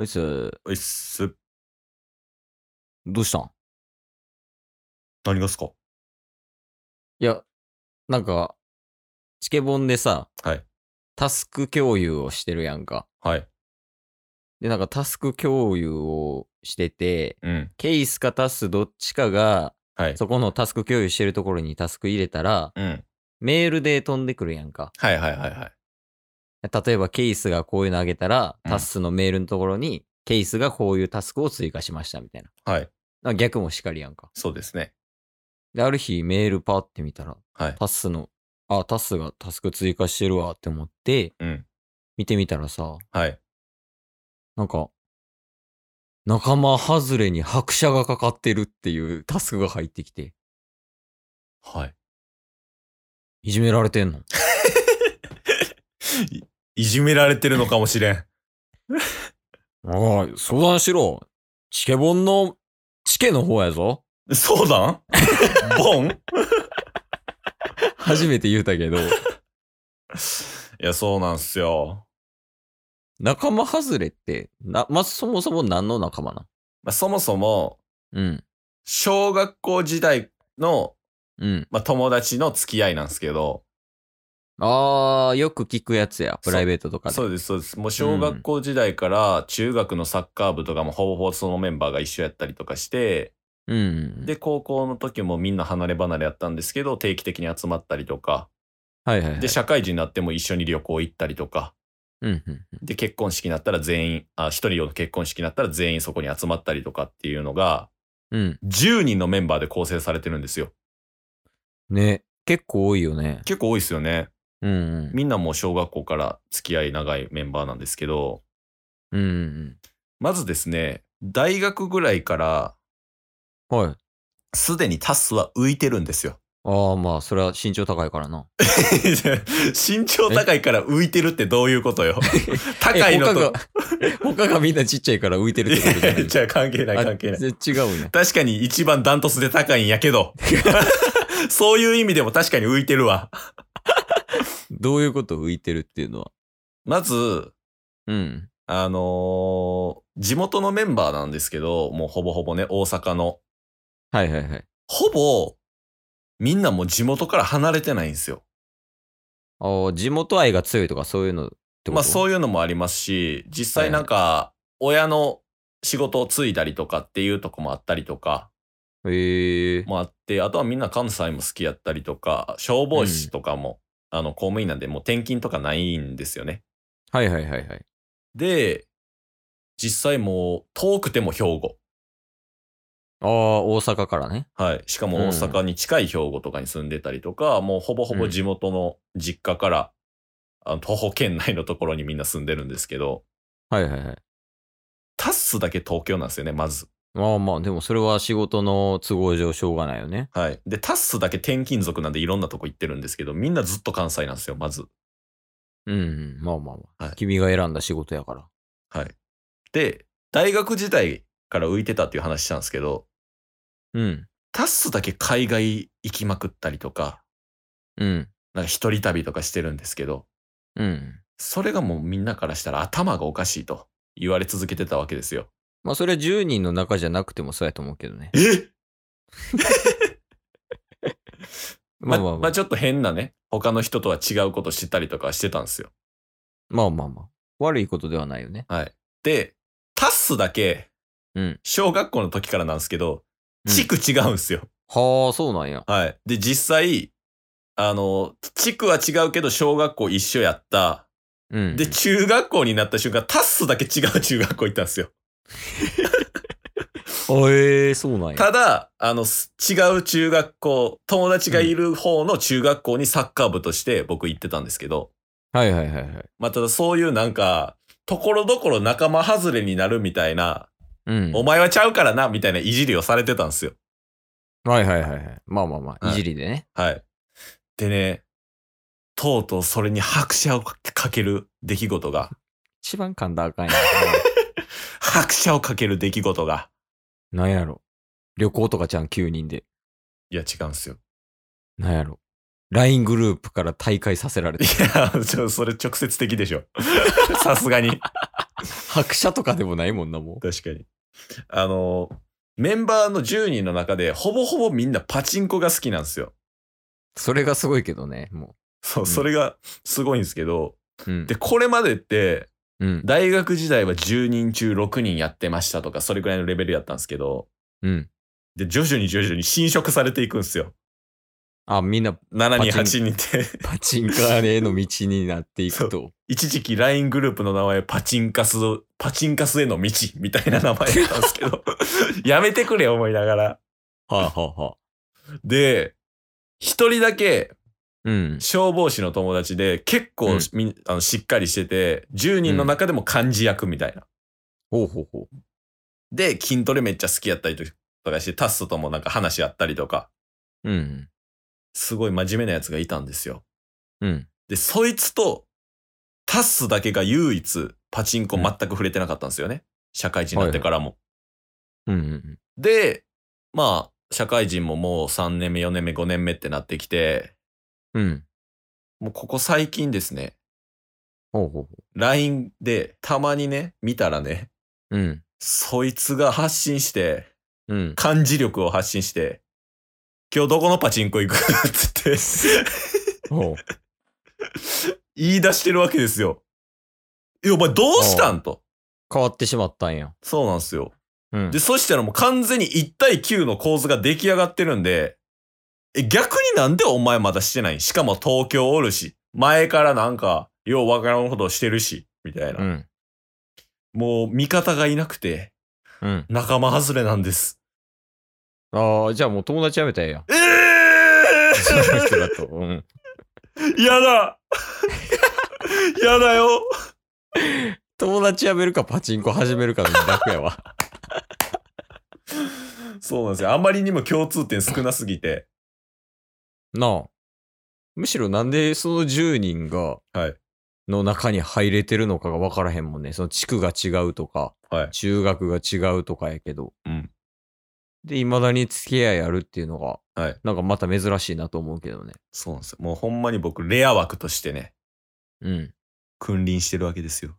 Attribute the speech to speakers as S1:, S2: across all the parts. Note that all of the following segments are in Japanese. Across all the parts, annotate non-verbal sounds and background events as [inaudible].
S1: いっす。
S2: ういっす。
S1: どうしたん
S2: 何がっすか
S1: いや、なんか、チケボンでさ、
S2: はい。
S1: タスク共有をしてるやんか。
S2: はい。
S1: で、なんかタスク共有をしてて、
S2: うん。
S1: ケースかタスどっちかが、
S2: はい。
S1: そこのタスク共有してるところにタスク入れたら、
S2: うん。
S1: メールで飛んでくるやんか。
S2: はいはいはいはい。
S1: 例えばケースがこういうのあげたら、
S2: うん
S1: タスのメールのところに、ケースがこういうタスクを追加しましたみたいな。
S2: はい。
S1: なんか逆もしかりやんか。
S2: そうですね。
S1: で、ある日メールパーって見たら、
S2: はい。
S1: タスの、あ、タスがタスク追加してるわって思って、
S2: うん。
S1: 見てみたらさ、
S2: はい。
S1: なんか、仲間外れに拍車がかかってるっていうタスクが入ってきて、
S2: はい。
S1: いじめられてんの
S2: いいじめられてるのかもしれん。
S1: おい、相談しろ。チケボンの、チケの方やぞ。
S2: [laughs] そうだ [laughs] んボンい
S1: 初めて言うたけ
S2: [laughs]
S1: ど、
S2: や、そうなんすよ。
S1: 仲間外れって、な、まずそもそも何の仲間なん
S2: まあ、そもそも、
S1: うん。
S2: 小学校時代の、
S1: うん。
S2: まあ、友達の付き合いなんですけど、
S1: あー、よく聞くやつや。プライベートとかで。
S2: そうです、そうです。もう小学校時代から中学のサッカー部とかもほぼほぼそのメンバーが一緒やったりとかして、
S1: うんうん。
S2: で、高校の時もみんな離れ離れやったんですけど、定期的に集まったりとか、
S1: はいはいはい。
S2: で、社会人になっても一緒に旅行行ったりとか、
S1: うんうんうん。
S2: で、結婚式になったら全員、あ、一人の結婚式になったら全員そこに集まったりとかっていうのが、
S1: うん。
S2: 10人のメンバーで構成されてるんですよ。
S1: ね、結構多いよね。
S2: 結構多いですよね。
S1: うんうん。
S2: みんなもう小学校から付き合い長いメンバーなんですけど、
S1: うんうん
S2: まずですね、大学ぐらいから、
S1: うん。はい。
S2: すでにタスは浮いてるんですよ。 [laughs]
S1: ああ、まあ、それは身長高いからな。
S2: 身長高いから浮いてるってどういうことよ。高い
S1: [laughs]
S2: の
S1: え他
S2: と
S1: が。、他がみんなちっちゃいから浮いてるってことじゃない
S2: じゃあ関係ない
S1: あ
S2: 関係ない。
S1: ぜ違うね。
S2: 確かに一番ダントツで高いんやけ [laughs] ど。そういう意味でも確かに浮いてるわ。
S1: どういうこと浮いてるっていうのは。
S2: まず、
S1: うん。
S2: あのー地元のメンバーなんですけど、もうほぼほぼね、大阪の。
S1: はいはいはい。
S2: ほぼ、みんなもう地元から離れてないんですよ。
S1: ああ、地元愛が強いとかそういうのってこと
S2: まあそう
S1: いう。
S2: いうのもありますし、実際なんか、親の仕事を継いだりとかっていうとこもあったりとか
S1: へえ。
S2: もあって、あとはみんな関西も好きやったりとか、消防士とかも、あの、公務員なんでもう転勤とかないんですよね。
S1: はいはいはいはい。
S2: で、実際もう遠くても兵庫。
S1: ああ、大阪からね。
S2: はい。しかも大阪に近い兵庫とかに住んでたりとか、もうほぼほぼ地元の実家から、あの徒歩圏内のところにみんな住んでるんですけど、
S1: はいはいはい。
S2: タッスだけ東京なんですよね、まず。
S1: まあまあ、でもそれは仕事の都合上しょうがないよね。
S2: はい。で、タッスだけ転勤族なんでいろんなとこ行ってるんですけど、みんなずっと関西なんですよ、まず。
S1: うん、うん、まあまあまあ、
S2: はい
S1: 君が選んだ仕事やから。
S2: はい。で、大学時代から浮いてたっていう話したんですけど、
S1: うん。
S2: タッスだけ海外行きまくったりとか、
S1: うん。
S2: なんか一人旅とかしてるんですけど、
S1: うん。
S2: それがもうみんなからしたら頭がおかしいと言われ続けてたわけですよ。
S1: まあそれは10人の中じゃなくてもそうやと思うけどね。
S2: え
S1: ま
S2: ま
S1: あまあ
S2: ま
S1: まあ
S2: あ。ちょっと変なね、他の人とは違うことしてたりとかはしてたんですよ。
S1: まあまあまあ。悪いことではないよね。
S2: はい。で、タッスだけ、
S1: うん。
S2: 小学校の時からなんですけど、地区違うんですよ。
S1: はあ、そうなんや。
S2: はい。で、実際、あの、地区は違うけど、小学校一緒やった。
S1: うん。
S2: で、中学校になった瞬間、タッスだけ違う中学校行ったんですよ。
S1: あえー、そうなんや。
S2: ただ、あの、す違う中学校、友達がいる方の中学校にサッカー部として僕行ってたんですけど、
S1: はいはいはいはい。
S2: まあ、ただそういうなんか、ところどころ仲間外れになるみたいな、
S1: うん。
S2: お前はちゃうからな、みたいないじりをされてたんですよ。
S1: はいはいはいはい。まあまあまあ、
S2: はい
S1: いじりでね。
S2: はい。でね、とうとうそれに拍車をかかける出来事が、
S1: 一番噛んだらあかんや [laughs]
S2: 拍車をかける出来事が、
S1: ん。なんやろ。旅行とかじゃん、9人で。
S2: いや違うんですよ。
S1: なんやろ。LINE グループから退会させられ
S2: い
S1: て。
S2: [laughs] や、ちょそれ直接的でしょ。さすがに。
S1: 白車とかでもないもんな、も
S2: 確かに。あの、メンバーの10人の中で、ほぼほぼみんなパチンコが好きなんですよ。
S1: う。それがすごいけどね、も
S2: そうう、
S1: ん
S2: それがすごいんですけど、
S1: う。うん。
S2: で、これまでって、
S1: うん。
S2: 大学時代は10人中6人やってましたとか、それぐらいのレベルやったんですけど、
S1: うん。
S2: で、徐々に徐々に侵食されていくんですよ。
S1: あ、みんな
S2: 7人、8
S1: パチ
S2: 人って。 [laughs]
S1: パチンカーへの道になっていく
S2: そ
S1: と。
S2: 一時期 LINE グループの名前パチンカス、パチンカスへの道みたいな名前だったんです
S1: [laughs]
S2: けど、やめてくれ思いながら。
S1: はあ、はあはあ、
S2: で、一人だけ
S1: うん。
S2: 消防士の友達で結構みん、あのしっかりしてて、10人の中でも漢字役みたいな。
S1: ほうほうほ
S2: で、筋トレめっちゃ好きやったりとかして、タスとともなんか話し合ったりとか、
S1: う。うん。
S2: すごい真面目なやつがいたんですよ。
S1: うん。
S2: で、そいつとタスだけが唯一パチンコ全く触れてなかったんですよね。社会人になってからも。
S1: うんうん
S2: で、まあ、社会人ももう3年目、4年目、5年目ってなってきて、
S1: うん。うん。
S2: もうここ最近ですね、
S1: ほうほうほ
S2: LINE でたまにね、見たらね、
S1: う。うん。
S2: そいつが発信して、
S1: うん。
S2: 漢字力を発信して、今日どこのパチンコ行くって言っ
S1: [laughs]
S2: て、
S1: ほう。
S2: 言い出してるわけですよ。いや、お前どうしたんと。
S1: 変わってしまったんや。
S2: そうなんですよ。
S1: うん
S2: で、。そしたらもう完全に1対9の構図が出来上がってるんで、え、逆になんでお前まだしてないんしかも東京おるし、前からなんか、ようわからんことしてるし、みたいな。
S1: うん。
S2: もう味方がいなくて、
S1: うん。
S2: 仲間外れなんです。
S1: ああ、じゃあもう友達やめたらええやん。 [laughs]
S2: え
S1: その人
S2: ー、
S1: だと。うん。
S2: や [laughs] だやだよ
S1: 友達やめるかパチンコ始めるかの二択やわ。 [laughs]
S2: そうなんですよ。あまりにも共通点少なすぎて。
S1: なあ。むしろなんでその10人が、
S2: はい
S1: の中に入れてるのかが分からへんもんね。その地区が違うとか、
S2: はい
S1: 中学が違うとかやけど。
S2: うん
S1: で、未だに付き合いあるっていうのが、
S2: はい
S1: なんかまた珍しいなと思うけどね。
S2: そうなんですよ。もうほんまに僕、レア枠としてね、
S1: うん。
S2: 君臨してるわけですよ。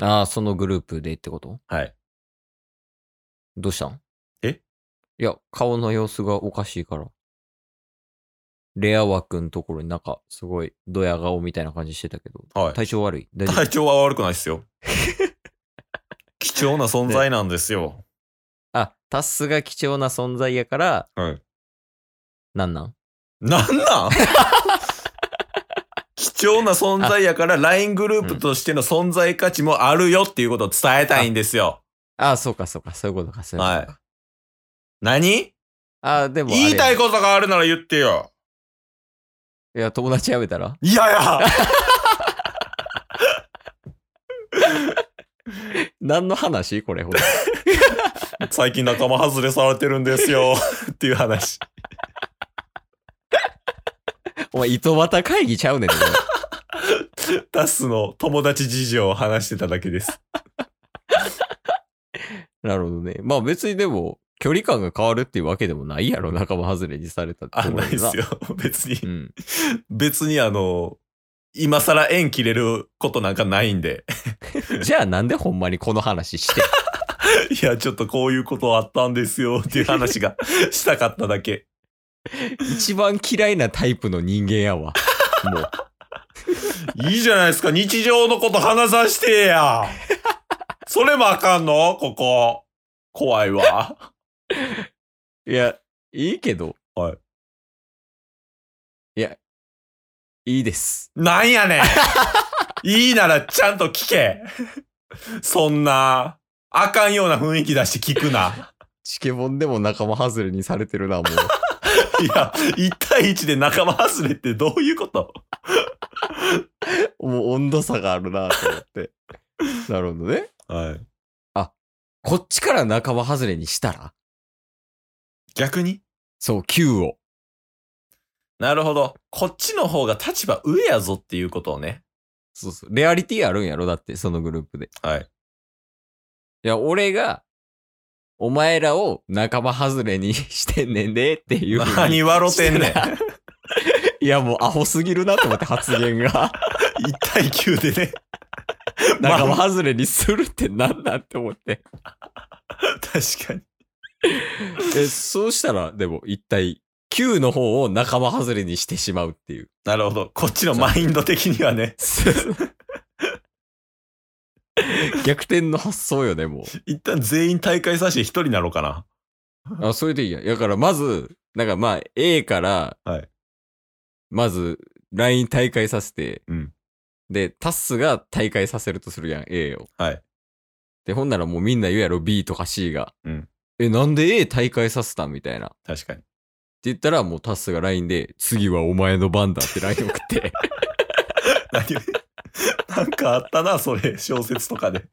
S1: ああ、そのグループでってこと
S2: はい。
S1: どうしたん
S2: え
S1: いや、顔の様子がおかしいから。レア枠のところになんか、すごい、ドヤ顔みたいな感じしてたけど。
S2: はい。
S1: 体調悪い大丈夫
S2: 体調は悪くないですよ。 [laughs] 貴重な存在なんですよ。
S1: あ、タスが貴重な存在やから、
S2: はい。
S1: なんなん
S2: なんなん [laughs] 貴重な存在やから LINE グループとしての存在価値もあるよっていうことを伝えたいんですよ。
S1: あそうかそうか、そういうことか、そういうことか。
S2: はい。何
S1: あでもあれや
S2: 言いたいことがあるなら言ってよ。
S1: いや、友達やめたら
S2: いやいや
S1: 何の話これ、ほんと
S2: 最近仲間外れされてるんですよ。 [laughs] っていう話。
S1: お前、糸端会議ちゃうねん、ね、
S2: タスの友達事情を話してただけです。
S1: なるほどね。まあ別にでも、距離感が変わるっていうわけでもないやろ、仲間外れにされたって
S2: あ、ないです
S1: よ。
S2: よ。別に
S1: う。
S2: [laughs]
S1: ん。
S2: 別にあの、今更縁切れることなんかないんで。 [laughs]
S1: じゃあなんでほんまにこの話して。
S2: いや、ちょっとこういうことあったんですよっていう話がしたかっただ [laughs] け。
S1: 一番嫌いなタイプの人間や
S2: [laughs]
S1: わ。もう。
S2: いいじゃないですか。日常のこと話させてや。それもあかんのここ。怖いわ。
S1: いや、いいけど。
S2: はい。
S1: いや、いいです。
S2: なんやねん。 [laughs] いいならちゃんと聞け。そんな、あかんような雰囲気出して聞く [laughs] な。
S1: チケボンでも仲間外れにされてるな、もう。
S2: いや、1対1で仲間外れってどういうこと [laughs]
S1: もう温度差があるなと思って。なるほどね。
S2: はい。
S1: こっちから仲間外れにしたら
S2: 逆に
S1: そう、9を。
S2: なるほど。こっちの方が立場上やぞっていうことをね。
S1: そうそう。レアリティあるんやろだって、そのグループで。
S2: はい。
S1: いや、俺が、お前らを仲間外れに [laughs] してんねんでっていうふうに。
S2: 何笑てんねん。1
S1: [laughs] いや、もうアホすぎるなと思って発言が。
S2: [laughs] 対9でね。
S1: 仲間外れにするってなんなんって思って。
S2: 確かに。
S1: え、そうしたら、でも一体9の方を仲間外れにしてしまうって [laughs] いう。
S2: なるほど。こっちのマインド的にはね、
S1: 逆転の発想よね、も
S2: 一旦全員大会させて一人なのかな。
S1: う。あ、それでいいや。だからまず、なんかまあ A から、
S2: はい
S1: まず LINE 大会させて、
S2: うん
S1: で、タッスが大会させるとするやん、A を。
S2: はい。
S1: で、ほんならもうみんな言うやろ、B とか C が。
S2: うん
S1: え、なんで A 大会させたんみたいな。
S2: 確かに。
S1: って言ったら、もうタスが LINE で、次はお前の番だって LINE 送
S2: [laughs]
S1: って、
S2: 何 [laughs] なんかあったな、それ。小説とか [laughs] で。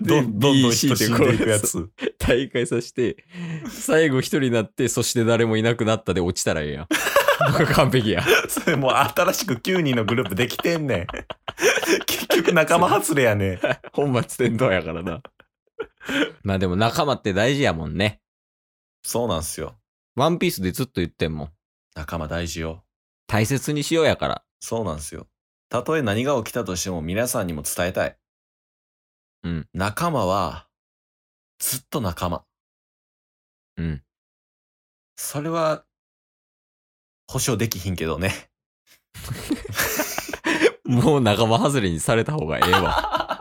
S2: ど
S1: で
S2: んどんどん
S1: BC
S2: 人死んでいくやつ。
S1: 大会させて、最後一人になって、そして誰もいなくなったで落ちたらええ
S2: [laughs]
S1: やん。これ完璧や。
S2: それもう新しく9人のグループできてんねん。 [laughs] 結局仲間外れやねん。
S1: 本末転倒やからな。まあでも仲間って大事やもんね。
S2: そうなんすよ。
S1: ワンピースでずっと言ってんもん。
S2: 仲間大事よ。
S1: 大切にしようやから。
S2: そうなんですよ。たとえ何が起きたとしても皆さんにも伝えたい。
S1: うん。
S2: 仲間は、ずっと仲間。
S1: うん。
S2: それは、保証できひんけどね。
S1: もう仲間外れにされた方がええわ。